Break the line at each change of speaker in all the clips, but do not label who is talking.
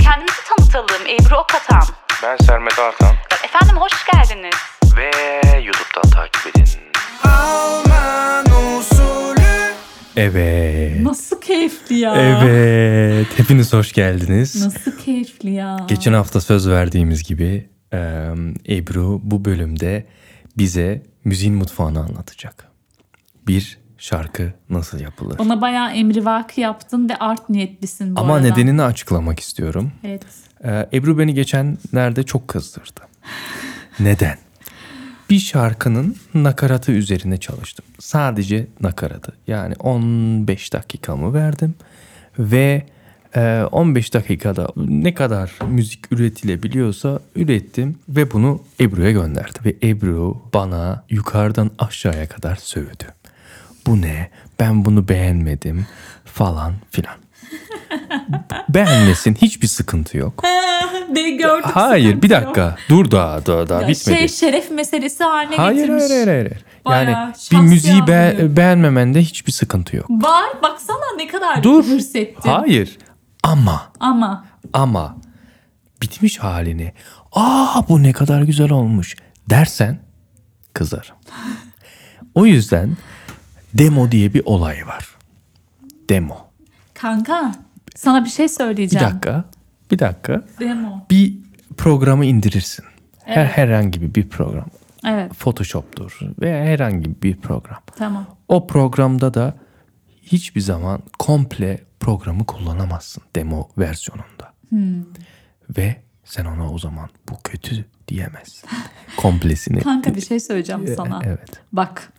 kendimizi tanıtalım. Ebru Okatan.
Ben Sermet Artan
Efendim hoş geldiniz.
ve YouTube'dan takip edin. Evet.
Nasıl keyifli ya.
Evet. Hepiniz hoş geldiniz.
Nasıl keyifli ya.
Geçen hafta söz verdiğimiz gibi eee, Ebru bu bölümde bize müziğin mutfağını anlatacak. Bir şarkı nasıl yapılır?
Bana bayağı emrivaki yaptın ve art niyetlisin bu
Ama
arada.
nedenini açıklamak istiyorum.
Evet.
Ee, Ebru beni geçenlerde çok kızdırdı. Neden? Bir şarkının nakaratı üzerine çalıştım. Sadece nakaratı. Yani 15 dakikamı verdim ve e, 15 dakikada ne kadar müzik üretilebiliyorsa ürettim ve bunu Ebru'ya gönderdim. Ve Ebru bana yukarıdan aşağıya kadar sövdü. Bu ne? Ben bunu beğenmedim falan filan. Beğenmesin hiçbir sıkıntı yok.
De gördük.
Hayır bir dakika. Dur daha daha, daha
Ya
bitmedi.
Şey şeref meselesi haline
hayır,
getirmiş.
hayır hayır hayır.
Bayağı
Yani bir
şahsi
müziği be-
anlıyor.
beğenmemende hiçbir sıkıntı yok.
Var baksana ne kadar
Dur.
hırs ettin.
Hayır. Ama
Ama
ama bitmiş halini. Aa bu ne kadar güzel olmuş dersen kızarım. o yüzden demo diye bir olay var. Demo.
kanka sana bir şey
Bir
söyleyeceğim.
dakika. Bir dakika.
Demo.
Bir programı indirirsin. Her
Evet.
herhangi bir program.
Evet
Photoshop'tur veya herhangi bir program.
tamam.
O programda da hiçbir zaman komple programı kullanamazsın demo versiyonunda.
Hmm.
Ve sen ona o zaman bu kötü diyemezsin. Komplesini.
Kanka bir şey söyleyeceğim sana.
Ee, Evet.
Bak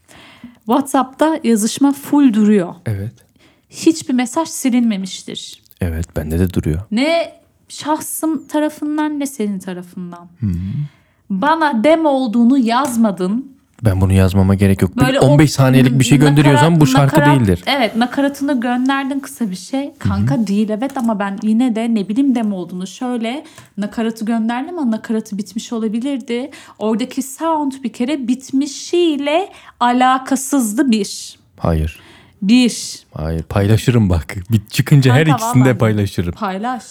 WhatsApp'ta yazışma full duruyor.
Evet.
Hiçbir mesaj silinmemiştir.
Evet bende de duruyor.
Ne şahsım tarafından ne senin tarafından.
Hmm.
Bana dem olduğunu yazmadın.
Ben bunu yazmama gerek yok. Bir
Böyle o-
15 saniyelik bir şey
nakarat-
gönderiyorsan bu şarkı
nakarat-
değildir.
Evet nakaratını gönderdin kısa bir şey. Kanka değil evet ama ben yine de ne bileyim dem olduğunu şöyle nakaratı gönderdim ama nakaratı bitmiş olabilirdi. Oradaki sound bir kere bitmişiyle alakasızdı bir.
Hayır.
Bir.
Hayır paylaşırım bak. Bir çıkınca her
Kanka,
ikisini de
vallahi.
paylaşırım.
Paylaş.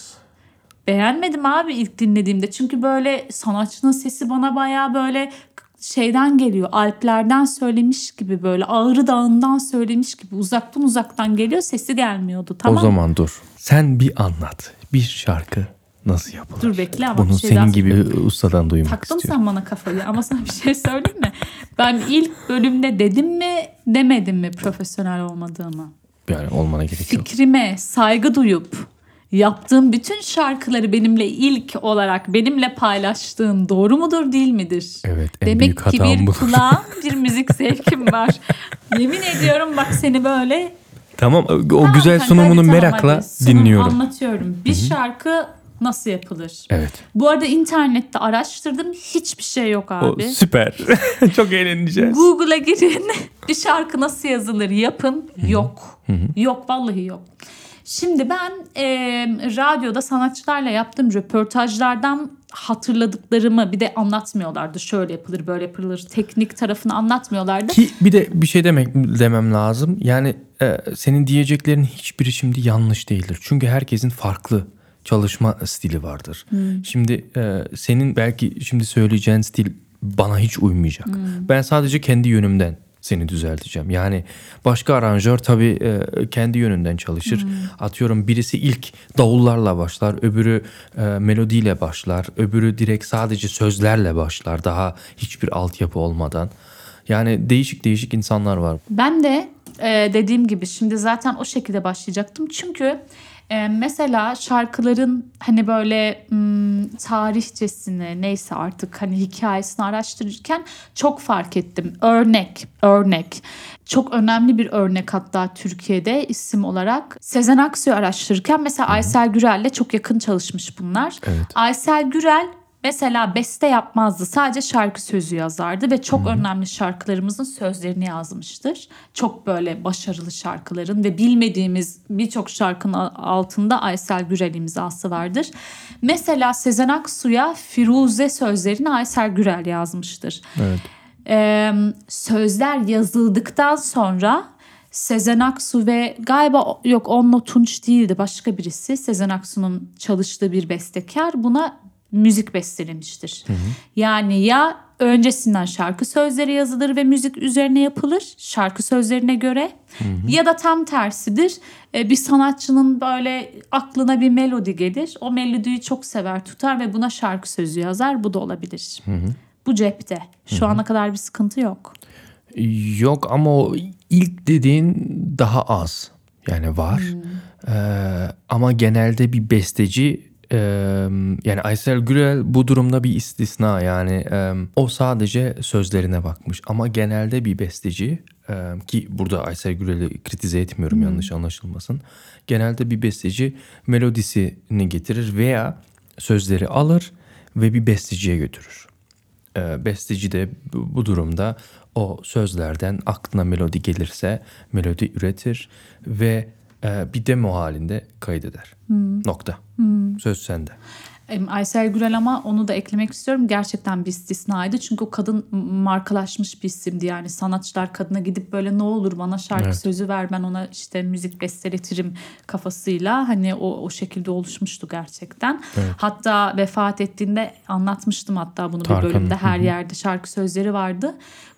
Beğenmedim abi ilk dinlediğimde. Çünkü böyle sanatçının sesi bana baya böyle şeyden geliyor. Alplerden söylemiş gibi böyle Ağrı Dağı'ndan söylemiş gibi uzaktan uzaktan geliyor sesi gelmiyordu. Tamam.
O zaman dur. Sen bir anlat. Bir şarkı nasıl yapılır?
Dur bekle ama
Bunu
bir şey
senin
daha-
gibi e, ustadan duymak
Taktın
istiyorum.
sen bana kafayı ama sana bir şey söyleyeyim mi? Ben ilk bölümde dedim mi demedim mi profesyonel olmadığımı?
Yani olmana gerek yok.
fikrime saygı duyup yaptığım bütün şarkıları benimle ilk olarak benimle paylaştığın doğru mudur değil midir?
Evet, en
Demek
büyük
ki
hatam
bir
bu.
kulağım bir müzik zevkim var. Yemin ediyorum bak seni böyle
Tamam o
Tamam
güzel
kanka,
sunumunu
hadi tamam
merakla
hadi. Sunum
dinliyorum.
Anlatıyorum. Bir şarkı nasıl yapılır?
Evet.
Bu arada internette araştırdım hiçbir şey yok
O
abi.
süper. Çok eğleneceğiz.
Google'a girin. bir şarkı nasıl yazılır yapın. Yok. Yok vallahi yok. Şimdi ben eee, radyoda sanatçılarla yaptığım röportajlardan hatırladıklarımı bir de anlatmıyorlardı. Şöyle yapılır böyle yapılır teknik tarafını anlatmıyorlardı.
Ki bir de bir şey demek demem lazım. Yani e, senin diyeceklerin hiçbiri şimdi yanlış değildir. Çünkü herkesin farklı çalışma stili vardır. Şimdi e, senin belki şimdi söyleyeceğin stil bana hiç uymayacak. Ben sadece kendi yönümden seni düzelteceğim. Yani başka aranjör tabii e, kendi yönünden çalışır. Atıyorum birisi ilk davullarla başlar, öbürü e, melodiyle başlar, öbürü direkt sadece sözlerle başlar daha hiçbir altyapı olmadan. Yani değişik değişik insanlar var.
Ben de e, dediğim gibi şimdi zaten o şekilde başlayacaktım. Çünkü e, mesela şarkıların hani böyle hmm, tarihçesini neyse artık hani hikayesini araştırırken çok fark ettim. Örnek, örnek. Çok önemli bir örnek hatta Türkiye'de isim olarak. Sezen Aksu'yu araştırırken mesela Aysel Gürel'le çok yakın çalışmış bunlar.
Evet.
Aysel Gürel mesela beste yapmazdı. Sadece şarkı sözü yazardı ve çok önemli şarkılarımızın sözlerini yazmıştır. Çok böyle başarılı şarkıların ve bilmediğimiz birçok şarkının altında Aysel Gürel imzası vardır. Mesela Sezen Aksu'ya Firuze sözlerini Aysel Gürel yazmıştır.
Evet.
Ee, sözler yazıldıktan sonra Sezen Aksu ve galiba o- yok Onno Tunç değildi başka birisi. Sezen Aksu'nun çalıştığı bir bestekar buna müzik bestelemiştir. Yani ya öncesinden şarkı sözleri yazılır ve müzik üzerine yapılır şarkı sözlerine göre ya da tam tersidir. E, Bir sanatçının böyle aklına bir melodi gelir. O melodiyi çok sever tutar ve buna şarkı sözü yazar. Bu da olabilir. Bu cepte. Şu ana kadar bir sıkıntı yok.
Yok ama o ilk dediğin daha az. Yani var. Ee, ama genelde bir besteci e, yani Aysel Gürel bu durumda bir istisna yani e, o sadece sözlerine bakmış ama genelde bir besteci e, ki burada Aysel Gürel'i kritize etmiyorum yanlış anlaşılmasın. Genelde bir besteci melodisini getirir veya sözleri alır ve bir besteciye götürür. E, besteci de bu bu durumda o sözlerden aklına melodi gelirse melodi üretir ve e, bir demo halinde kaydeder. Nokta. Söz sende.
Em, Aysel Gürel ama onu da eklemek istiyorum. Gerçekten bir istisnaydı. Çünkü o kadın markalaşmış bir isimdi. Yani sanatçılar kadına gidip böyle ne olur bana şarkı
Evet.
sözü ver ben ona işte müzik besteletirim kafasıyla. Hani o, o şekilde oluşmuştu gerçekten. Hatta vefat ettiğinde anlatmıştım hatta bunu
Tarkan'ın,
bir bölümde. Her
hı hı.
yerde şarkı sözleri vardı.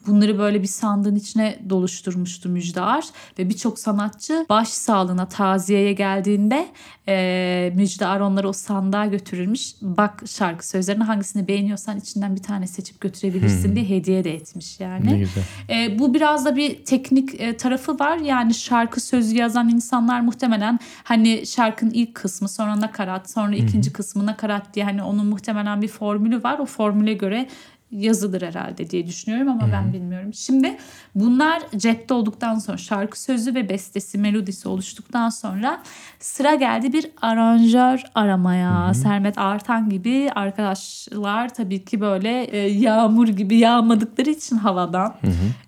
Bunları böyle bir sandığın içine doluşturmuştu Müjde Ar. Ve birçok sanatçı baş sağlığına taziyeye geldiğinde e, Müjde Ar onları o sandığa götürürmüş. Bak şarkı sözlerini hangisini beğeniyorsan içinden bir tane seçip götürebilirsin diye hediye de etmiş yani.
güzel.
E, bu biraz da bir teknik e, tarafı var. Yani şarkı sözü yazan insanlar muhtemelen hani şarkının ilk kısmı sonra nakarat sonra ikinci kısmı nakarat diye hani onun muhtemelen bir formülü var. O formüle göre yazılır herhalde diye düşünüyorum ama ben bilmiyorum. Şimdi bunlar cepte olduktan sonra şarkı sözü ve bestesi melodisi oluştuktan sonra sıra geldi bir aranjör aramaya. Sermet Artan gibi arkadaşlar tabii ki böyle e, yağmur gibi yağmadıkları için havadan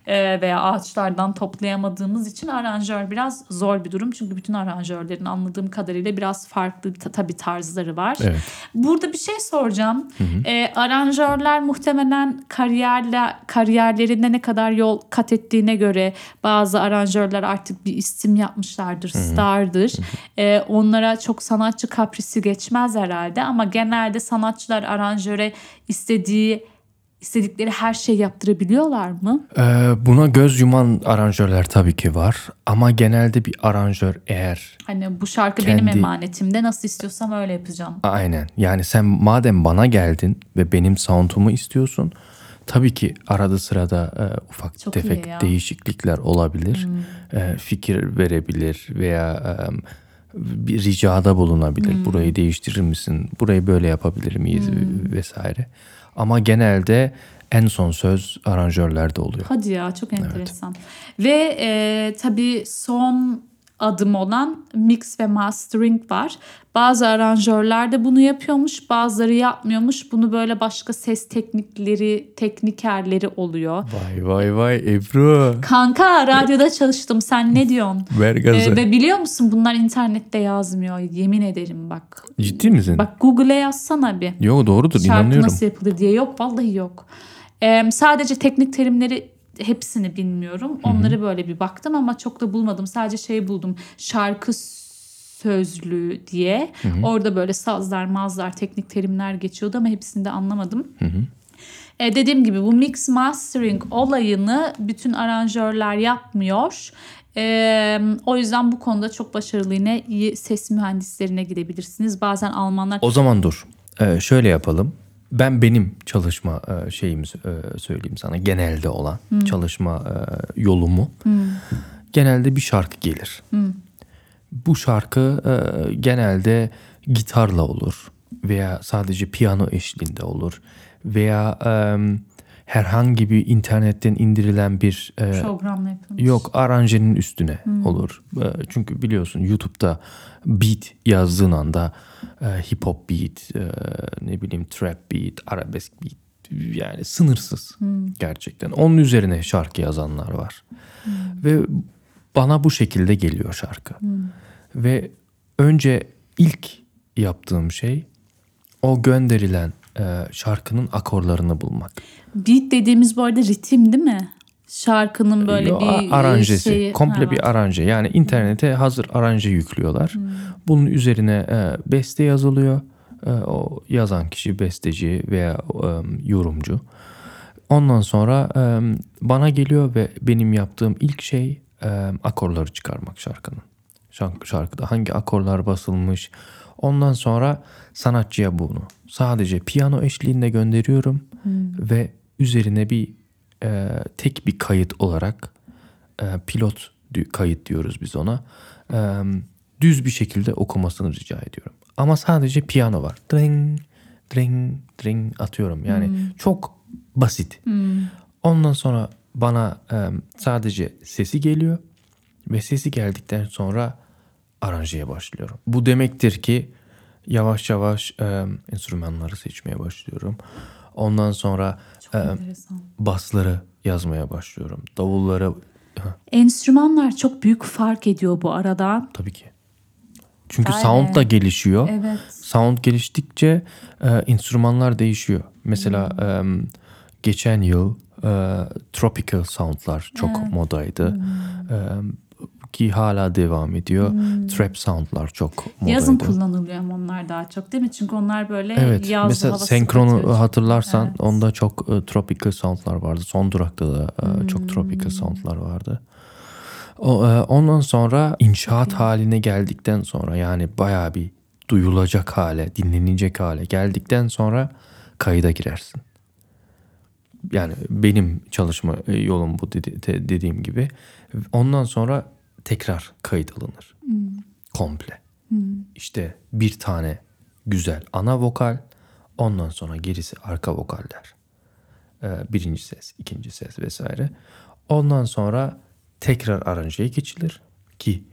e, veya ağaçlardan toplayamadığımız için aranjör biraz zor bir durum. Çünkü bütün aranjörlerin anladığım kadarıyla biraz farklı ta- tabii tarzları var.
Evet.
Burada bir şey soracağım. E, aranjörler muhtemelen kariyerle kariyerlerinde ne kadar yol kat ettiğine göre bazı aranjörler artık bir isim yapmışlardır, stardır. E, onlara çok sanatçı kaprisi geçmez herhalde ama genelde sanatçılar aranjöre istediği istedikleri her şeyi yaptırabiliyorlar mı?
Ee, buna göz yuman aranjörler tabii ki var ama genelde bir aranjör eğer
Hani bu şarkı
Kendi-
benim emanetimde nasıl istiyorsam öyle yapacağım.
Aynen. Yani sen madem bana geldin ve benim sound'umu istiyorsun. Tabii ki arada sırada e, ufak
Çok
tefek
iyi ya. Hmm.
değişiklikler olabilir. E, fikir verebilir veya e, bir ricada bulunabilir.
Hmm.
Burayı değiştirir misin? Burayı böyle yapabilir miyiz
Hmm.
vesaire. Ama genelde en son söz aranjörlerde oluyor.
Hadi ya çok enteresan. Ve e, tabii son adım olan mix ve mastering var. Bazı aranjörler de bunu yapıyormuş, bazıları yapmıyormuş. Bunu böyle başka ses teknikleri, teknikerleri oluyor.
Vay vay vay Ebru.
Kanka radyoda çalıştım sen ne diyorsun?
Ver gazı.
E, ve biliyor musun bunlar internette yazmıyor. Yemin ederim bak.
Ciddi misin?
Bak Google'e yazsana bir.
Yok doğrudur
Şarkı
inanıyorum.
nasıl yapılır diye yok vallahi yok. Ee, sadece teknik terimleri hepsini bilmiyorum. Onları böyle bir baktım ama çok da bulmadım. Sadece şey buldum. Şarkı sözlüğü diye. Orada böyle sazlar, mazlar, teknik terimler geçiyordu ama hepsini de anlamadım. E, dediğim gibi bu mix mastering olayını bütün aranjörler yapmıyor. E, o yüzden bu konuda çok başarılı yine iyi ses mühendislerine gidebilirsiniz. Bazen Almanlar
O zaman dur. Ee, şöyle yapalım. Ben benim çalışma e, şeyimi e, söyleyeyim sana. Genelde olan çalışma e, yolumu. Genelde bir şarkı gelir. Bu şarkı e, genelde gitarla olur veya sadece piyano eşliğinde olur veya e, herhangi bir internetten indirilen bir e,
programla yapılmış.
Yok aranjenin üstüne olur. Ee, Çünkü biliyorsun YouTube'da beat yazdığın anda e, hip hop beat, e, ne bileyim trap beat, arabesk beat yani sınırsız gerçekten. Onun üzerine şarkı yazanlar var. Ve bana bu şekilde geliyor şarkı. Ve önce ilk yaptığım şey o gönderilen e, şarkının akorlarını bulmak.
Beat dediğimiz bu arada ritim değil mi? şarkının böyle
Yo, a-
bir e,
aranjesi.
şeyi.
komple
Ha. Hmm.
bir aranje. Yani internete hazır aranje yüklüyorlar. Bunun üzerine e, beste yazılıyor. E, o yazan kişi besteci veya e, yorumcu. Ondan sonra e, bana geliyor ve benim yaptığım ilk şey e, akorları çıkarmak şarkının. Şark- Şarkıda hangi akorlar basılmış. Ondan sonra sanatçıya bunu sadece piyano eşliğinde gönderiyorum ve üzerine bir e, tek bir kayıt olarak e, pilot di- kayıt diyoruz biz ona. E, düz bir şekilde okumasını rica ediyorum. Ama sadece piyano var. Dring, dring, dring atıyorum. Yani çok basit. Ondan sonra bana e, sadece sesi geliyor ve sesi geldikten sonra aranjeye başlıyorum. Bu demektir ki yavaş yavaş e, enstrümanları seçmeye başlıyorum. Ondan sonra
Çok
e,
enteresan.
basları yazmaya başlıyorum. Davullara Ha,
Enstrümanlar çok büyük fark ediyor bu arada.
tabii ki. Çünkü
Aynen.
sound da gelişiyor.
Evet.
Sound geliştikçe e, enstrümanlar değişiyor. Mesela
Hmm.
e, geçen yıl e, tropical soundlar çok modaydı.
Hmm.
E, ki hala devam ediyor. Trap soundlar çok modaydı.
Hmm. Yazın kullanılıyor ama onlar daha çok değil mi? Çünkü onlar böyle
Evet.
yaz
mesela
havası
senkronu
katıyor.
hatırlarsan
Evet.
onda çok e, tropical soundlar vardı. Son durakta da e,
Hmm.
çok tropical soundlar vardı. O, e, ondan sonra inşaat haline geldikten sonra yani bayağı bir duyulacak hale, dinlenecek hale geldikten sonra kayda girersin. Yani benim çalışma e, yolum bu dedi- te- dediğim gibi. Ondan sonra tekrar kayıt alınır.
Hmm.
Komple. İşte bir tane güzel ana vokal, ondan sonra gerisi arka vokaller. Ee, birinci ses, ikinci ses vesaire. Ondan sonra tekrar aranjeye geçilir ki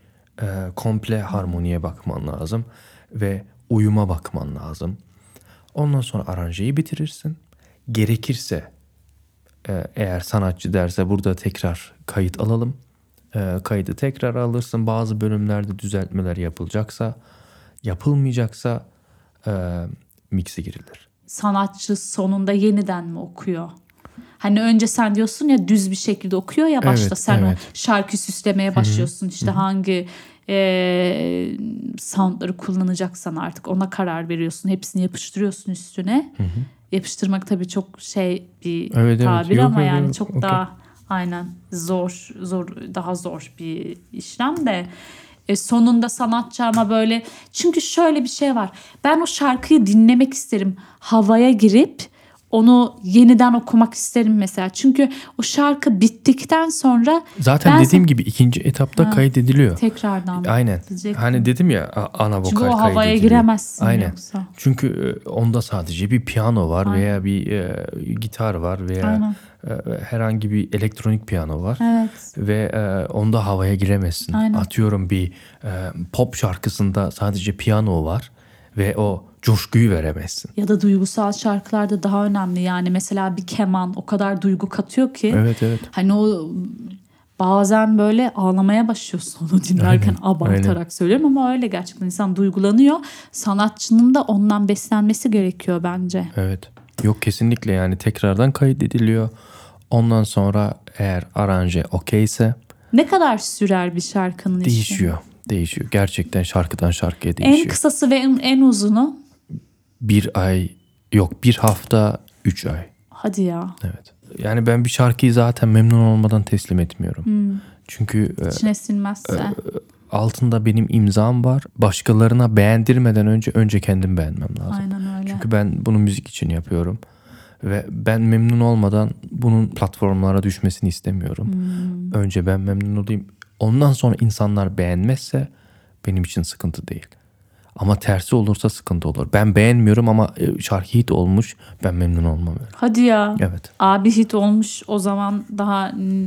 e, komple harmoniye bakman lazım ve uyuma bakman lazım. Ondan sonra aranjeyi bitirirsin. Gerekirse e, eğer sanatçı derse burada tekrar kayıt alalım. E, kaydı tekrar alırsın. Bazı bölümlerde düzeltmeler yapılacaksa, yapılmayacaksa e, mikse girilir.
sanatçı sonunda yeniden mi okuyor? Hani önce sen diyorsun ya düz bir şekilde okuyor ya başta
Evet,
sen
evet.
o şarkı süslemeye başlıyorsun işte hangi e, soundları kullanacaksan artık ona karar veriyorsun hepsini yapıştırıyorsun üstüne. Yapıştırmak tabii çok şey bir
Evet, evet.
tabir
Yok,
ama
yok,
yani
yok.
çok
Okey.
daha aynen zor zor daha zor bir işlem de E, sonunda sanatçı ama böyle çünkü şöyle bir şey var ben o şarkıyı dinlemek isterim havaya girip onu yeniden okumak isterim mesela çünkü o şarkı bittikten sonra
Zaten
Ben
dediğim gibi ikinci etapta kaydediliyor.
tekrardan
Aynen.
diyecektim.
Hani dedim ya a- ana vokal
çünkü o
kaydediliyor.
havaya giremezsin
Aynen.
yoksa
Çünkü e, onda sadece bir piyano var
Aynen.
veya bir e, gitar var veya
Aynen.
e, herhangi bir elektronik piyano var.
evet
ve e, onda havaya giremezsin.
Aynen.
Atıyorum bir e, pop şarkısında sadece piyano var ve o coşkuyu veremezsin.
ya da duygusal şarkılarda daha önemli yani mesela bir keman o kadar duygu katıyor ki
Evet evet.
Hani o bazen böyle ağlamaya başlıyorsun onu dinlerken
Aynen,
abartarak
aynen.
söylüyorum ama öyle gerçekten insan duygulanıyor. Sanatçının da ondan beslenmesi gerekiyor bence.
Evet. Yok kesinlikle yani tekrardan kaydediliyor. Ondan sonra eğer aranje okeyse
Ne kadar sürer bir şarkının işi?
değişiyor. Değişiyor. Gerçekten şarkıdan şarkıya
En
değişiyor.
kısası ve en, en uzunu
Bir ay yok bir hafta üç ay.
hadi ya
Evet. Yani ben bir şarkıyı zaten memnun olmadan teslim etmiyorum.
Hmm.
Çünkü e,
içine sinmezse.
altında benim imzam var. Başkalarına beğendirmeden önce önce kendim beğenmem lazım.
Aynen öyle.
Çünkü ben bunu müzik için yapıyorum ve ben memnun olmadan bunun platformlara düşmesini istemiyorum.
Hmm.
Önce ben memnun olayım. Ondan sonra insanlar beğenmezse benim için sıkıntı değil. Ama tersi olursa sıkıntı olur. Ben beğenmiyorum ama e, şarkı hit olmuş. Ben memnun olmam. öyle.
Hadi ya.
Evet.
Abi hit olmuş o zaman daha n-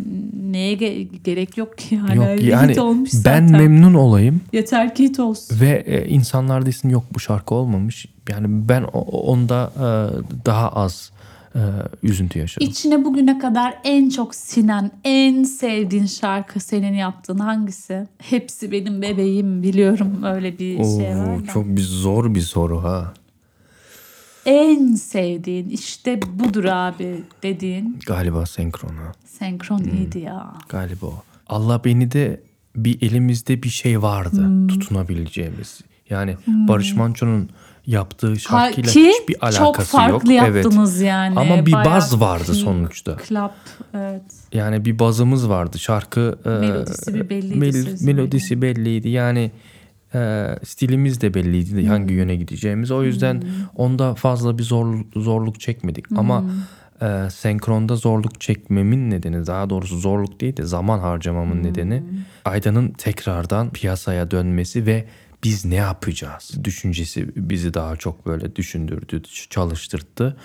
neye ge- gerek yok ki yani.
Yok
Bir
yani
hit olmuş
ben
zaten.
memnun olayım.
Yeter ki hit olsun.
Ve e, insanlar desin yok bu şarkı olmamış. Yani ben o- onda e, daha az e, üzüntü yaşadım.
İçine bugüne kadar en çok sinen, en sevdiğin şarkı senin yaptığın hangisi? Hepsi benim bebeğim biliyorum öyle bir şey var.
Oo,
da.
çok bir zor bir soru ha.
en sevdiğin işte budur abi dediğin
Galiba senkrona.
senkron
Hmm.
iyiydi ya.
Galiba o. Allah beni de bir elimizde bir şey vardı
Hmm.
tutunabileceğimiz. Yani Barış Manço'nun yaptığı
Ha,
şarkıyla
ki
hiçbir alakası
çok farklı
yok.
yaptınız yani.
Ama bir
Bayağı
baz vardı
ki-
sonuçta.
Club evet.
Yani bir bazımız vardı. Şarkı e,
Melodisi bir belliydi, sözü
melodisi belliydi. Yani e, stilimiz de belliydi hangi yöne gideceğimiz. O yüzden onda fazla bir zor, zorluk çekmedik. Ama e, senkronda zorluk çekmemin nedeni daha doğrusu zorluk değil de zaman harcamamın nedeni Ayda'nın tekrardan piyasaya dönmesi ve biz ne yapacağız düşüncesi bizi daha çok böyle düşündürdü, çalıştırdı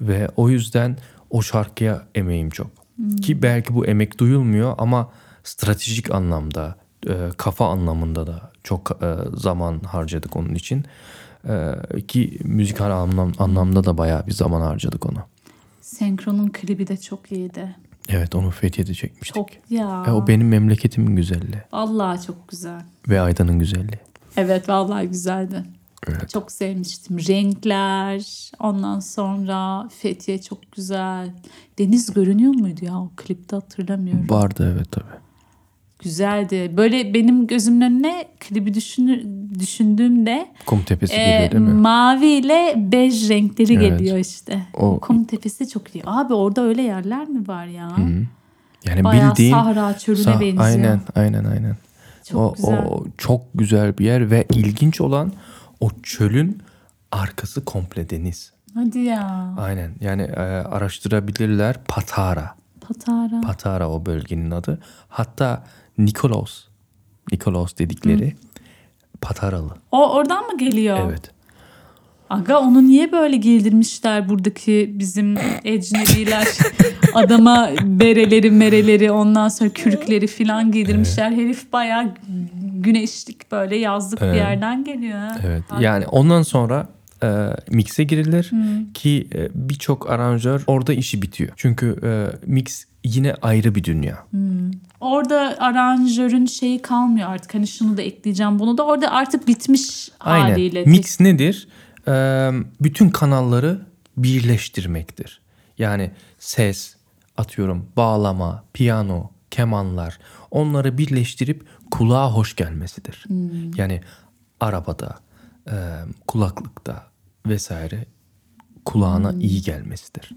ve o yüzden o şarkıya emeğim çok. Ki belki bu emek duyulmuyor ama stratejik anlamda, e, kafa anlamında da çok e, zaman harcadık onun için. E, ki müzikal anlam, anlamda da bayağı bir zaman harcadık ona.
Senkron'un klibi de çok iyiydi.
Evet onu Fethiye'de çekmiştik.
Çok ya.
E, o benim memleketimin güzelliği
Vallahi çok güzel.
ve Aydan'ın güzelliği.
Evet vallahi güzeldi.
Evet.
Çok sevmiştim. Renkler, ondan sonra Fethiye çok güzel. Deniz görünüyor muydu ya o klipte hatırlamıyorum.
Vardı evet tabii.
Güzeldi. Böyle benim gözümün önüne klibi düşünür, düşündüğümde
Kum tepesi
e,
geliyor değil mi?
mavi ile bej renkleri
Evet.
geliyor işte.
O-
O kum tepesi çok iyi. Abi orada öyle yerler mi var ya?
Yani
Bayağı
bildiğin
sahra çölüne
Sah-
benziyor.
Aynen, aynen, aynen.
Çok
o,
güzel.
o çok güzel bir yer ve ilginç olan o çölün arkası komple deniz.
Hadi ya.
Aynen. Yani e, araştırabilirler Patara.
Patara.
Patara o bölgenin adı. Hatta Nikolaos. Nikolaos dedikleri Pataralı.
O oradan mı geliyor?
Evet.
Aga onu niye böyle giydirmişler buradaki bizim ecnebiler adama bereleri mereleri ondan sonra kürkleri filan giydirmişler. Herif bayağı güneşlik böyle yazlık bir yerden geliyor. ha.
Evet. Yani ondan sonra e, mikse girilir ki e, birçok aranjör orada işi bitiyor. Çünkü e, mix yine ayrı bir dünya.
Orada aranjörün şeyi kalmıyor artık hani şunu da ekleyeceğim bunu da orada artık bitmiş haliyle.
Mix nedir? Ee, bütün kanalları birleştirmektir. Yani ses, atıyorum bağlama, piyano, kemanlar onları birleştirip kulağa hoş gelmesidir. Yani arabada, e, kulaklıkta vesaire kulağına iyi gelmesidir.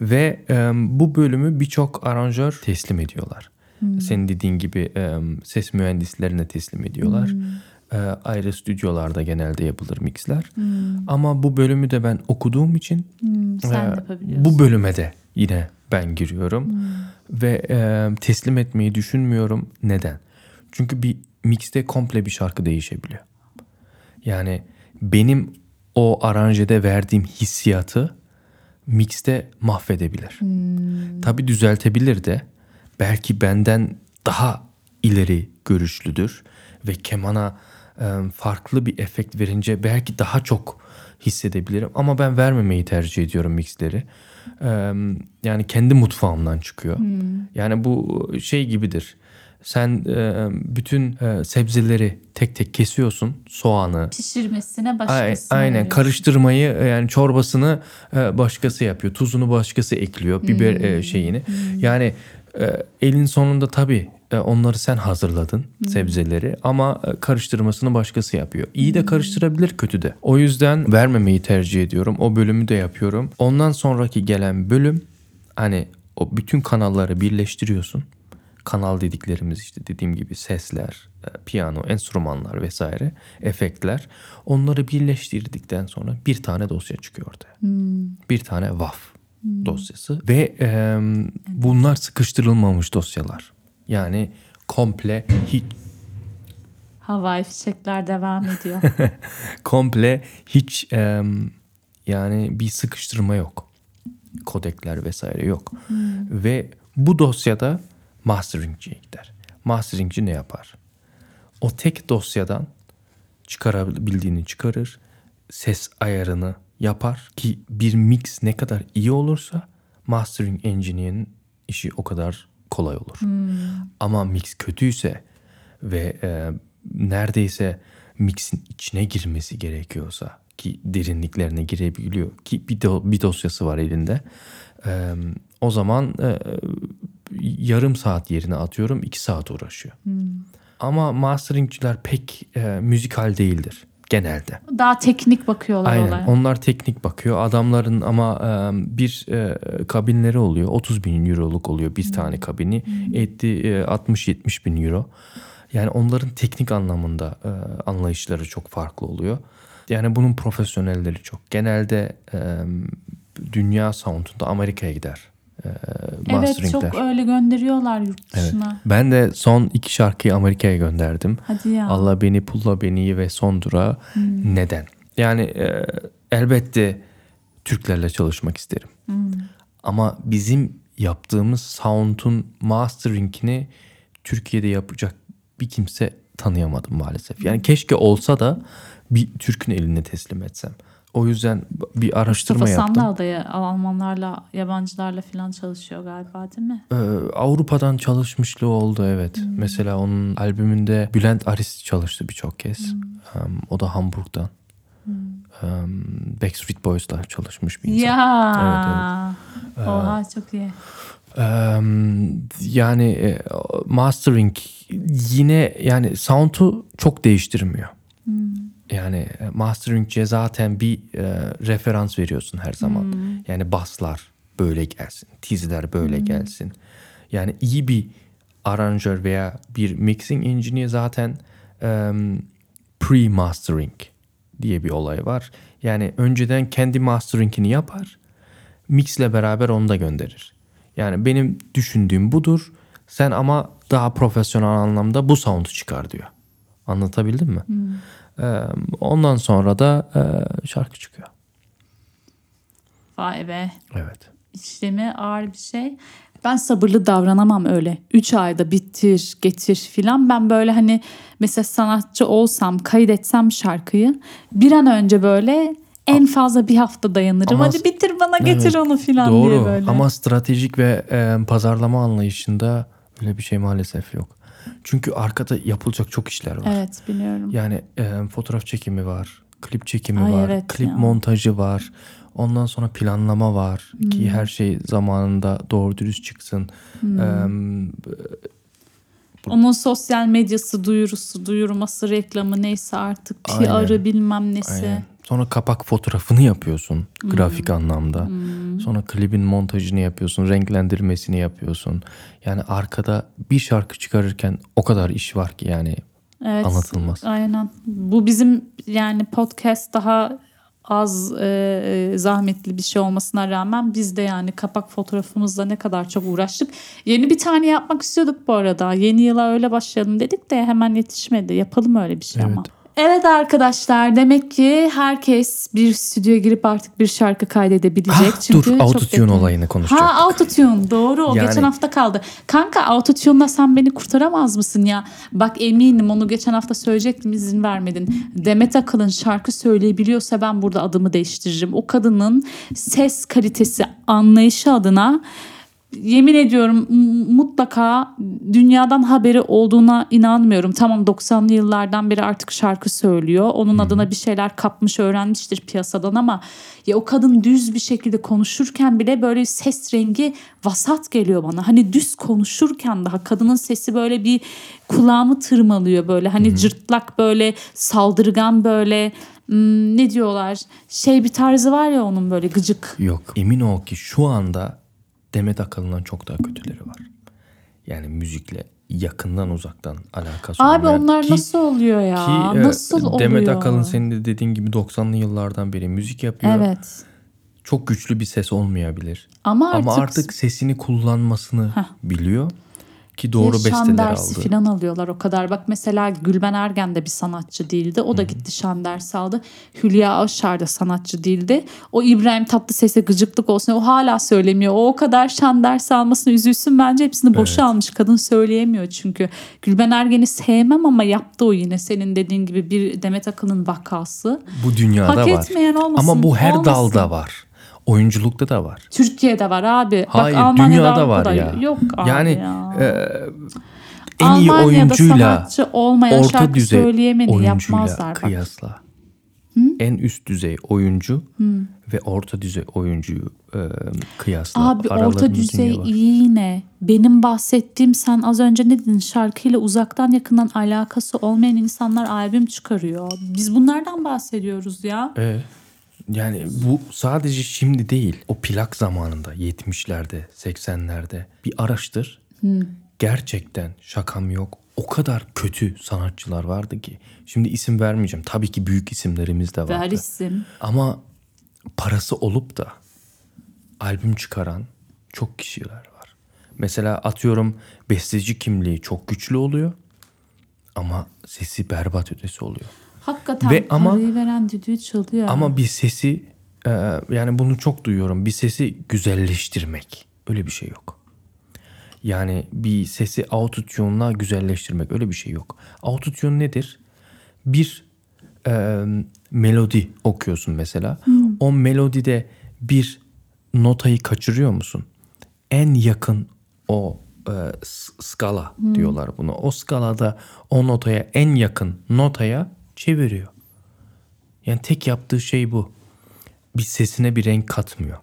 Ve e, bu bölümü birçok aranjör teslim ediyorlar. Senin dediğin gibi e, ses mühendislerine teslim ediyorlar. E, ayrı stüdyolarda genelde yapılır mixler. Ama bu bölümü de ben okuduğum için
hmm, Sen
e,
yapabiliyorsun.
bu bölüme de yine ben giriyorum. Ve e, teslim etmeyi düşünmüyorum. Neden? Çünkü bir mixte komple bir şarkı değişebiliyor. Yani benim o aranjede verdiğim hissiyatı mixte mahvedebilir. Tabii düzeltebilir de belki benden daha ileri görüşlüdür ve kemana e, farklı bir efekt verince belki daha çok hissedebilirim ama ben vermemeyi tercih ediyorum mixleri. E, yani kendi mutfağımdan çıkıyor. Yani bu şey gibidir. Sen e, bütün e, sebzeleri tek tek kesiyorsun. Soğanı,
Pişirmesine Hani
Ay-
başkasına
aynen
veriyorsun.
karıştırmayı e, yani çorbasını e, başkası yapıyor. Tuzunu başkası ekliyor. Biber
Hmm.
e, şeyini. Yani e, elin sonunda tabii e, onları sen hazırladın
Hmm.
sebzeleri ama e, karıştırmasını başkası yapıyor. İyi
Hmm.
de karıştırabilir kötü de. O yüzden vermemeyi tercih ediyorum. O bölümü de yapıyorum. Ondan sonraki gelen bölüm hani o bütün kanalları birleştiriyorsun. Kanal dediklerimiz işte dediğim gibi sesler, e, piyano, enstrümanlar vesaire, efektler. Onları birleştirdikten sonra bir tane dosya çıkıyor ortaya. Bir tane WAV dosyası ve e, bunlar sıkıştırılmamış dosyalar. Yani komple hiç
Havai fişekler devam ediyor.
komple hiç e, yani bir sıkıştırma yok. Kodekler vesaire yok. Ve bu dosyada masteringciye gider. Masteringci ne yapar? O tek dosyadan çıkarabildiğini çıkarır. Ses ayarını yapar ki bir mix ne kadar iyi olursa mastering engineer'in işi o kadar kolay olur. Ama mix kötüyse ve e, neredeyse mixin içine girmesi gerekiyorsa ki derinliklerine girebiliyor ki bir, do- bir dosyası var elinde. Ee, o zaman e, yarım saat yerine atıyorum 2 saat uğraşıyor. Ama masteringciler pek e, müzikal değildir genelde.
Daha teknik bakıyorlar
Aynen.
olaya.
Onlar teknik bakıyor. Adamların ama e, bir e, kabinleri oluyor. 30 bin euroluk oluyor bir tane kabini. Etti e, 60-70 bin euro. Yani onların teknik anlamında e, anlayışları çok farklı oluyor. Yani bunun profesyonelleri çok. Genelde e, dünya sound'unda Amerika'ya gider. E,
Evet
masteringler.
çok öyle gönderiyorlar yurt
Evet.
dışına.
Ben de son iki şarkıyı Amerika'ya gönderdim.
Hadi ya. Hmm.
Allah beni pulla beni ve son durağı neden? Yani e, elbette Türklerle çalışmak isterim.
Hmm.
Ama bizim yaptığımız sound'un mastering'ini Türkiye'de yapacak bir kimse tanıyamadım maalesef. Yani keşke olsa da bir Türk'ün eline teslim etsem. O yüzden bir araştırma
Mustafa
yaptım.
Sandal da ya- Almanlarla, yabancılarla falan çalışıyor galiba değil mi?
Ee, Avrupa'dan çalışmışlığı oldu evet. Mesela onun albümünde Bülent Aris çalıştı birçok kez. Um, o da Hamburg'dan. Um, Backstreet Boys'la çalışmış bir insan.
Ya.
Evet, Ee,
Oha çok iyi.
Um, yani e, mastering yine yani sound'u çok değiştirmiyor. Yani e, mastering'e zaten bir e, referans veriyorsun her zaman. Yani baslar böyle gelsin, tizler böyle gelsin. Yani iyi bir aranjör veya bir mixing engineer zaten em, pre-mastering diye bir olay var. Yani önceden kendi mastering'ini yapar, mixle beraber onu da gönderir. Yani benim düşündüğüm budur. Sen ama daha profesyonel anlamda bu sound'u çıkar diyor. Anlatabildim mi?
Hmm.
Em, ondan sonra da e, şarkı çıkıyor.
Vay be.
Evet.
İşlemi ağır bir şey. Ben sabırlı davranamam öyle. 3 ayda bitir, getir filan. Ben böyle hani mesela sanatçı olsam, kaydetsem şarkıyı bir an önce böyle en fazla bir hafta dayanırım.
Ama-
Hadi bitir bana getir
Evet,
onu filan diye
Doğru
böyle.
ama stratejik ve e, pazarlama anlayışında böyle bir şey maalesef yok. Çünkü arkada yapılacak çok işler var.
Evet biliyorum.
Yani e, fotoğraf çekimi var, klip çekimi
Ay
var,
evet
klip
ya.
montajı var. Ondan sonra planlama var
Hmm.
ki her şey zamanında doğru dürüst çıksın. Em,
Onun sosyal medyası duyurusu, duyurması, reklamı neyse artık
Aynen.
PR'ı bilmem nesi.
Aynen. Sonra kapak fotoğrafını yapıyorsun
Hmm.
grafik anlamda. Sonra klibin montajını yapıyorsun, renklendirmesini yapıyorsun. Yani arkada bir şarkı çıkarırken o kadar iş var ki yani
Evet.
anlatılmaz.
Aynen. Bu bizim yani podcast daha az e, e, zahmetli bir şey olmasına rağmen biz de yani kapak fotoğrafımızla ne kadar çok uğraştık. Yeni bir tane yapmak istiyorduk bu arada. Yeni yıla öyle başlayalım dedik de hemen yetişmedi. Yapalım öyle bir şey ama. Evet arkadaşlar demek ki herkes bir stüdyoya girip artık bir şarkı kaydedebilecek.
Ah,
Çünkü
dur
çok
autotune
yakın.
olayını konuşacaktık.
Ha autotune doğru o
Yani-
geçen hafta kaldı. Kanka autotune'la sen beni kurtaramaz mısın ya? Bak eminim onu geçen hafta söyleyecektim izin vermedin. Demet Akalın şarkı söyleyebiliyorsa ben burada adımı değiştiririm. O kadının ses kalitesi anlayışı adına yemin ediyorum m- mutlaka dünyadan haberi olduğuna inanmıyorum. Tamam 90'lı yıllardan beri artık şarkı söylüyor. Onun adına bir şeyler kapmış öğrenmiştir piyasadan ama ya o kadın düz bir şekilde konuşurken bile böyle ses rengi vasat geliyor bana. Hani düz konuşurken daha kadının sesi böyle bir kulağımı tırmalıyor böyle. Hani cırtlak böyle saldırgan böyle hmm, ne diyorlar şey bir tarzı var ya onun böyle gıcık.
Yok. Emin ol ki şu anda Demet Akalın'dan çok daha kötüleri var. Yani müzikle yakından uzaktan alakası
Abi
olmayan
onlar
ki-
nasıl oluyor ya?
Ki, e,
nasıl oluyor?
Demet Akalın senin de dediğin gibi 90'lı yıllardan beri müzik yapıyor.
Evet.
Çok güçlü bir ses olmayabilir.
Ama artık,
Ama artık sesini kullanmasını biliyor ki doğru
şan
besteler
dersi
aldı.
falan alıyorlar o kadar. Bak mesela Gülben Ergen de bir sanatçı değildi. O da gitti şan dersi aldı. Hülya Avşar da sanatçı değildi. O İbrahim Tatlıses'e gıcıklık olsun. O hala söylemiyor. O o kadar şan dersi almasına üzülsün. Bence hepsini boşa almış. Kadın söyleyemiyor çünkü. Gülben Ergen'i sevmem ama yaptı o yine. Senin dediğin gibi bir Demet Akalın vakası.
Bu dünyada
Hak
var.
etmeyen olmasın,
Ama bu her
olmasın.
dalda var. Oyunculukta da var.
Türkiye'de var abi.
Hayır,
Bak Almanya'da
dünyada var
Avrupa'da
ya.
Yok abi
Yani
ya.
e, en iyi
Almanya'da
oyuncuyla
sanatçı olmayan
orta
şarkı
düzey
söyleyemedi
oyuncuyla
yapmazlar. Bak.
kıyasla. en üst düzey oyuncu ve orta düzey oyuncuyu e, kıyasla.
Abi orta
Aralarında
düzey
dünya var.
iyi yine. Benim bahsettiğim sen az önce ne dedin şarkıyla uzaktan yakından alakası olmayan insanlar albüm çıkarıyor. Biz bunlardan bahsediyoruz ya.
E, yani bu sadece şimdi değil. O plak zamanında 70'lerde, 80'lerde bir araştır. Gerçekten şakam yok. O kadar kötü sanatçılar vardı ki. Şimdi isim vermeyeceğim. Tabii ki büyük isimlerimiz de vardı.
Ver isim.
Ama parası olup da albüm çıkaran çok kişiler var. Mesela atıyorum besteci kimliği çok güçlü oluyor ama sesi berbat ötesi oluyor.
Hakikaten
Ve ama-
parayı veren düdüğü çalıyor.
Ama bir sesi e, yani bunu çok duyuyorum. Bir sesi güzelleştirmek öyle bir şey yok. Yani bir sesi autotune'la güzelleştirmek öyle bir şey yok. Autotune nedir? Bir e, melodi okuyorsun mesela. O melodide bir notayı kaçırıyor musun? En yakın o e, s- skala diyorlar buna. O skalada o notaya en yakın notaya çeviriyor. Yani tek yaptığı şey bu. Bir sesine bir renk katmıyor.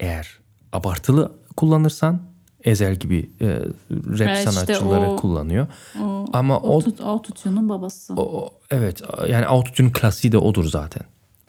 Eğer abartılı kullanırsan Ezel gibi e, rap
Ya işte
sanatçıları
o-
kullanıyor. Ama o,
Tut, Autotune'un babası.
o- evet yani autotune klasiği de odur zaten.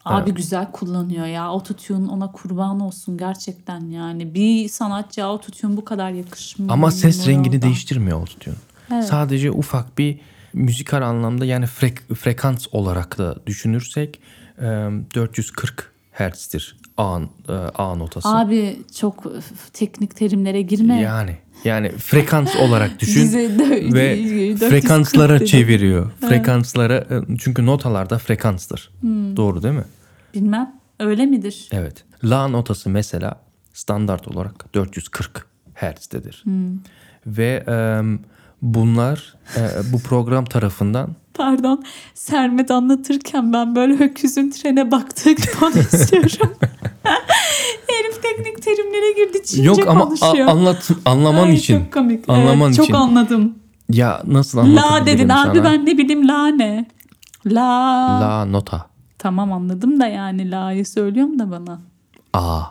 Abi güzel kullanıyor ya. Autotune ona kurban olsun gerçekten yani. Bir sanatçı autotune bu kadar yakışmıyor.
Ama ses rengini
Oradan.
değiştirmiyor autotune. Sadece ufak bir müzikal anlamda yani frek- frekans olarak da düşünürsek e, 440 Hz'dir A, e, A notası.
Abi çok öf, teknik terimlere girme.
Yani yani frekans olarak düşün
Bize de-
ve
440
frekanslara
dedi.
çeviriyor. Frekanslara e, çünkü notalarda frekanstır.
Hmm.
Doğru değil mi?
Bilmem öyle midir?
Evet. La notası mesela standart olarak 440 Hz'dedir.
Hmm.
Ve e, bunlar e, bu program tarafından
Pardon. Sermet anlatırken ben böyle öküzün trene baktığı gibi istiyorum. Herif teknik terimlere girdi. Çince
yok ama a-
konuşuyor.
anlat anlaman
Ay,
için
Çok komik.
anlaman
Evet, çok
için
anladım.
ya nasıl
La
anlatabilirim
dedin
sana?
abi ben ne bileyim la ne? La.
La nota
Tamam anladım da yani la'yı söylüyorum da bana.
A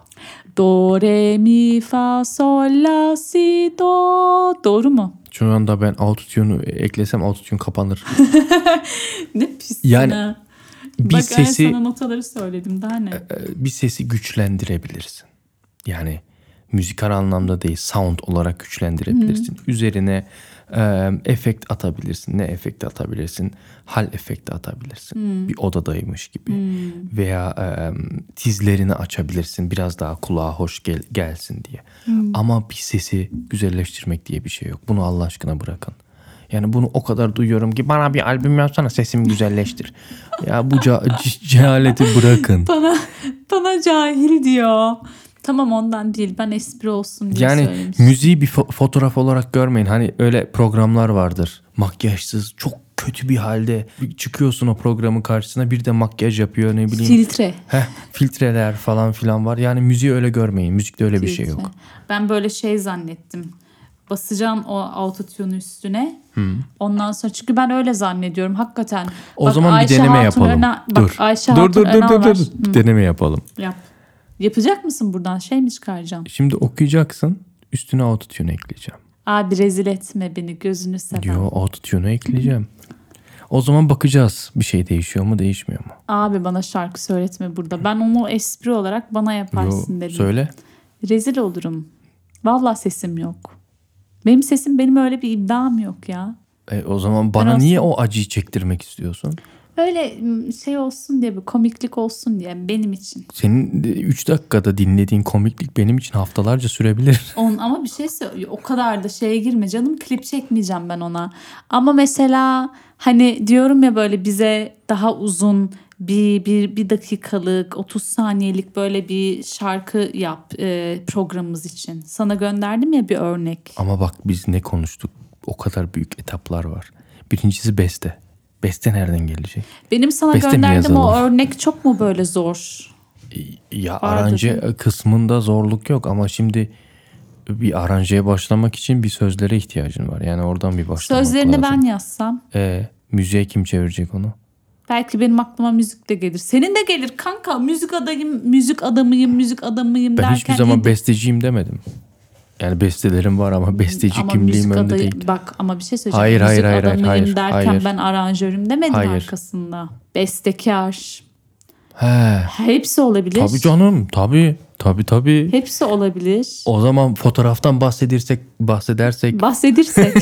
Do, re, mi, fa, sol, la, si, do. Doğru mu?
Şu anda ben autotune'u eklesem autotune kapanır.
Ne pis.
Yani
ya.
Bir
Bak ay
sesi
sana notaları söyledim daha ne?
e, bir sesi güçlendirebilirsin. Yani müzikal anlamda değil sound olarak güçlendirebilirsin. Üzerine e, efekt atabilirsin. Ne efekti atabilirsin? Hal efekti atabilirsin. Bir odadaymış gibi. Veya e, tizlerini açabilirsin biraz daha kulağa hoş gel- gelsin diye. Ama bir sesi güzelleştirmek diye bir şey yok. Bunu Allah aşkına bırakın. Yani bunu o kadar duyuyorum ki bana bir albüm yapsana sesimi güzelleştir. ya bu ca- c- cehaleti bırakın.
Bana bana cahil diyor. Tamam ondan değil. Ben espri olsun diye
Yani
söylemiştim.
müziği bir fo- fotoğraf olarak görmeyin. Hani öyle programlar vardır. Makyajsız çok kötü bir halde çıkıyorsun o programın karşısına bir de makyaj yapıyor ne bileyim.
Filtre.
Heh, filtreler falan filan var. Yani müziği öyle görmeyin. Müzikte öyle bir şey
filtre.
yok.
Ben böyle şey zannettim. Basacağım o autotune üstüne. Ondan sonra çünkü ben öyle zannediyorum hakikaten.
O
Bak
zaman bir
Ayşe
deneme
Hatun
yapalım.
Öna- bak
dur.
Ayşe
dur,
Hatun
dur, dur, dur,
Önal var.
dur. Deneme yapalım.
Yap. Yapacak mısın buradan? Şey mi çıkaracaksın?
Şimdi okuyacaksın. Üstüne autotune ekleyeceğim.
Abi rezil etme beni gözünü seveyim.
Yo autotune'u ekleyeceğim. O zaman bakacağız bir şey değişiyor mu değişmiyor mu?
Abi bana şarkı söyletme burada. Ben onu espri olarak bana
Yo,
yaparsın dedim.
söyle.
Rezil olurum. Vallahi sesim yok. Benim sesim benim öyle bir iddiam yok ya.
E, o zaman bana
Ben
niye o acıyı çektirmek istiyorsun?
Öyle m, şey olsun diye bir komiklik olsun diye benim için.
Senin 3 dakikada dinlediğin komiklik benim için haftalarca sürebilir.
On, ama bir şey söylüyor. O kadar da şeye girme canım klip çekmeyeceğim ben ona. Ama mesela hani diyorum ya böyle bize daha uzun bir, bir, bir dakikalık 30 saniyelik böyle bir şarkı yap e, programımız için. Sana gönderdim ya bir örnek.
Ama bak biz ne konuştuk. O kadar büyük etaplar var. Birincisi beste. Beste nereden gelecek?
Benim sana
Beste mi
gönderdim o
yazalım?
örnek çok mu böyle zor?
E, Ya
Vardır.
aranje e, kısmında zorluk yok ama şimdi e, bir aranjeye başlamak için bir sözlere ihtiyacın var. Yani oradan bir başlamak lazım.
Sözlerini ben yazsam.
E, müziğe kim çevirecek onu?
Belki benim aklıma müzik de gelir. Senin de gelir kanka. Müzik adayım, müzik adamıyım, müzik adamıyım
Ben
derken.
hiçbir zaman
yedi-
besteciyim demedim. Yani bestelerim var ama besteci
Ama
kimliğim
müzik
önde
adayı-
değil.
Bak ama bir şey söyleyeceğim.
Hayır,
müzik
hayır, hayır, hayır,
adamıyım
hayır,
derken
hayır.
ben aranjörüm demedin
Hayır.
arkasında. Bestekar.
He.
Hepsi olabilir.
Tabii canım. Tabii. Tabii tabii.
Hepsi olabilir.
O zaman fotoğraftan bahsedirsek bahsedersek
Bahsedirsek.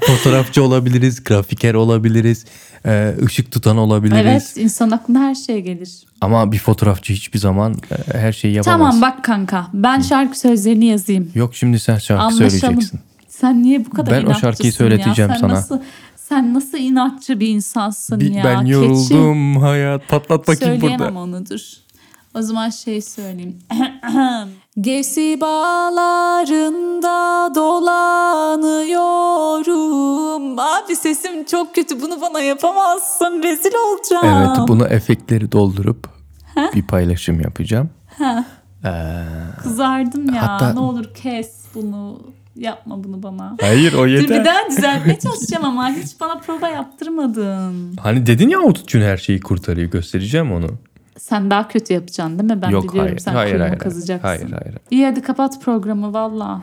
fotoğrafçı olabiliriz, grafiker olabiliriz, e, ışık tutan olabiliriz.
evet insan aklına her şey gelir.
Ama bir fotoğrafçı hiçbir zaman e, her şeyi yapamaz.
Tamam bak kanka ben şarkı sözlerini yazayım.
Yok şimdi sen şarkı
Anlaşalım.
söyleyeceksin.
Sen niye bu kadar
Ben o
inatçısın
şarkıyı
ya?
söyleteceğim
sen
sana.
Nasıl, sen nasıl inatçı bir insansın
Bir-
ya?
ben
Keçi.
yoruldum hayat. Patlat bakayım
Söyleyemem
burada.
onu dur. O zaman şey söyleyeyim. Gesi bağlarında dolanıyorum. Abi sesim çok kötü. Bunu bana yapamazsın. Rezil olacağım.
Evet buna efektleri doldurup bir paylaşım yapacağım.
Kızardım ya.
Hatta-
Ne olur kes bunu. Yapma bunu bana.
Hayır o
Dur bir
yeter.
daha düzeltmeye çalışacağım ama hiç bana prova yaptırmadın.
Hani dedin ya autotune her şeyi kurtarıyor. Göstereceğim onu.
Sen daha kötü yapacaksın değil mi? Ben
Yok
biliyorum
hayır.
sen
hayır,
kuyumu
hayır, hayır.
kazacaksın.
Hayır hayır.
İyi hadi kapat programı valla.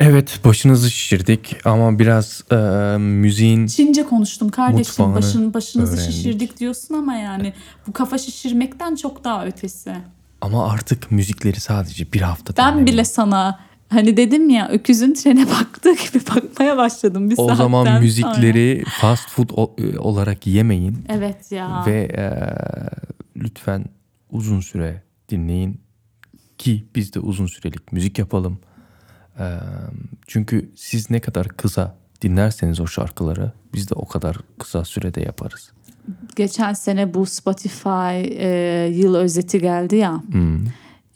Evet başınızı şişirdik ama biraz e, müziğin
Çince konuştum kardeşim.
Mutfağını
Başın, başınızı
öğrendik.
şişirdik diyorsun ama yani bu kafa şişirmekten çok daha ötesi.
ama artık müzikleri sadece bir hafta
Ben
dinlemeyin.
bile sana hani dedim ya öküzün trene baktığı gibi bakmaya başladım bir
o
saatten
zaman
sonra.
müzikleri fast food o- e, olarak yemeyin
Evet ya.
ve e, lütfen uzun süre dinleyin ki biz de uzun sürelik müzik yapalım. E, çünkü siz ne kadar kısa dinlerseniz o şarkıları biz de o kadar kısa sürede yaparız.
Geçen sene bu Spotify e, yıl özeti geldi ya.
Hmm.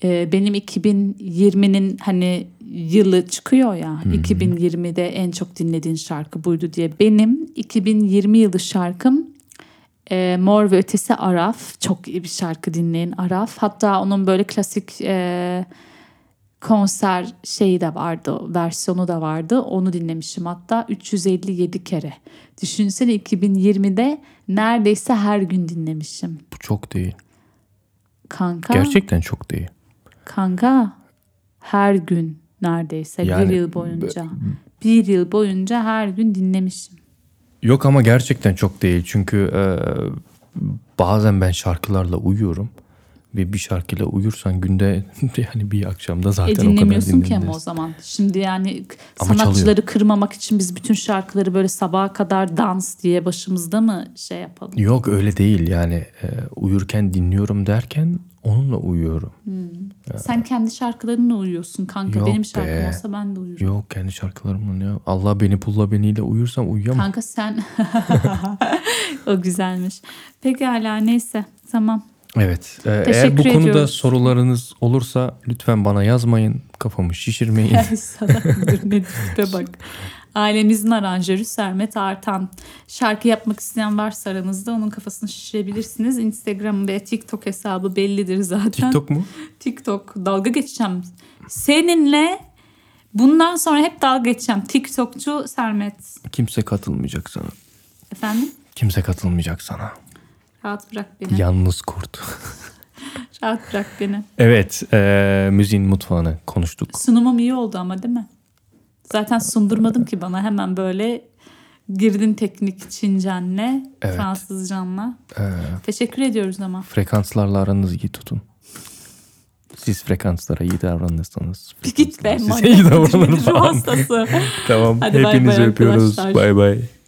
E, benim 2020'nin hani yılı çıkıyor ya. 2020'de en çok dinlediğin şarkı buydu diye. Benim 2020 yılı şarkım e, Mor ve Ötesi Araf. Çok iyi bir şarkı dinleyin Araf. Hatta onun böyle klasik e, konser şeyi de vardı, versiyonu da vardı. Onu dinlemişim hatta 357 kere. Düşünsene 2020'de neredeyse her gün dinlemişim.
Bu çok değil.
Kanka.
Gerçekten çok değil.
Kanka her gün neredeyse
Yani
bir yıl boyunca. Bir yıl boyunca her gün dinlemişim. E,
Yok ama gerçekten çok değil. Çünkü e, bazen ben şarkılarla uyuyorum. Ve bir şarkıyla uyursan günde yani bir akşamda zaten
e
o kadar
dinlemiyorsun ki ama o
dinlenirsin.
zaman. Şimdi yani k-
Ama
sanatçıları
çalıyor.
kırmamak için biz bütün şarkıları böyle sabaha kadar dans diye başımızda mı şey yapalım?
Yok öyle değil yani e, uyurken dinliyorum derken onunla uyuyorum.
Sen kendi şarkılarınla uyuyorsun kanka.
Yok
Benim şarkım
be.
olsa ben de uyurum.
Yok kendi şarkılarımla ne Allah beni pulla beniyle uyursam uyuyamam.
Kanka sen o güzelmiş. Pekala neyse tamam.
Evet e, eğer
Teşekkür
bu konuda
ediyoruz.
sorularınız olursa lütfen bana yazmayın kafamı şişirmeyin.
Ay salak mıdır ne tipe bak. Ailemizin aranjörü Sermet Artan. Şarkı yapmak isteyen varsa aranızda onun kafasını şişirebilirsiniz. Instagram ve TikTok hesabı bellidir zaten.
TikTok mu?
TikTok dalga geçeceğim. Seninle bundan sonra hep dalga geçeceğim. TikTokçu Sermet.
Kimse katılmayacak sana.
Efendim?
Kimse katılmayacak sana.
Rahat bırak beni.
Yalnız kurt.
Rahat bırak beni.
Evet, eee müziğin mutfağını konuştuk.
Sunumum iyi oldu ama değil mi? Zaten sundurmadım ki bana hemen böyle girdin teknik Çincenle,
Evet.
Fransızcanla.
Eee,
Teşekkür ediyoruz ama.
E, frekanslarla aranızı iyi tutun. Siz frekanslara iyi davranırsanız.
Git be
frekanslar size
manyak.
iyi
mıdır
davranır
nedir, Ruh
falan.
hastası.
tamam,
Hadi bay bay
hepinizi öpüyoruz. Bay
arkadaşlar.
bay.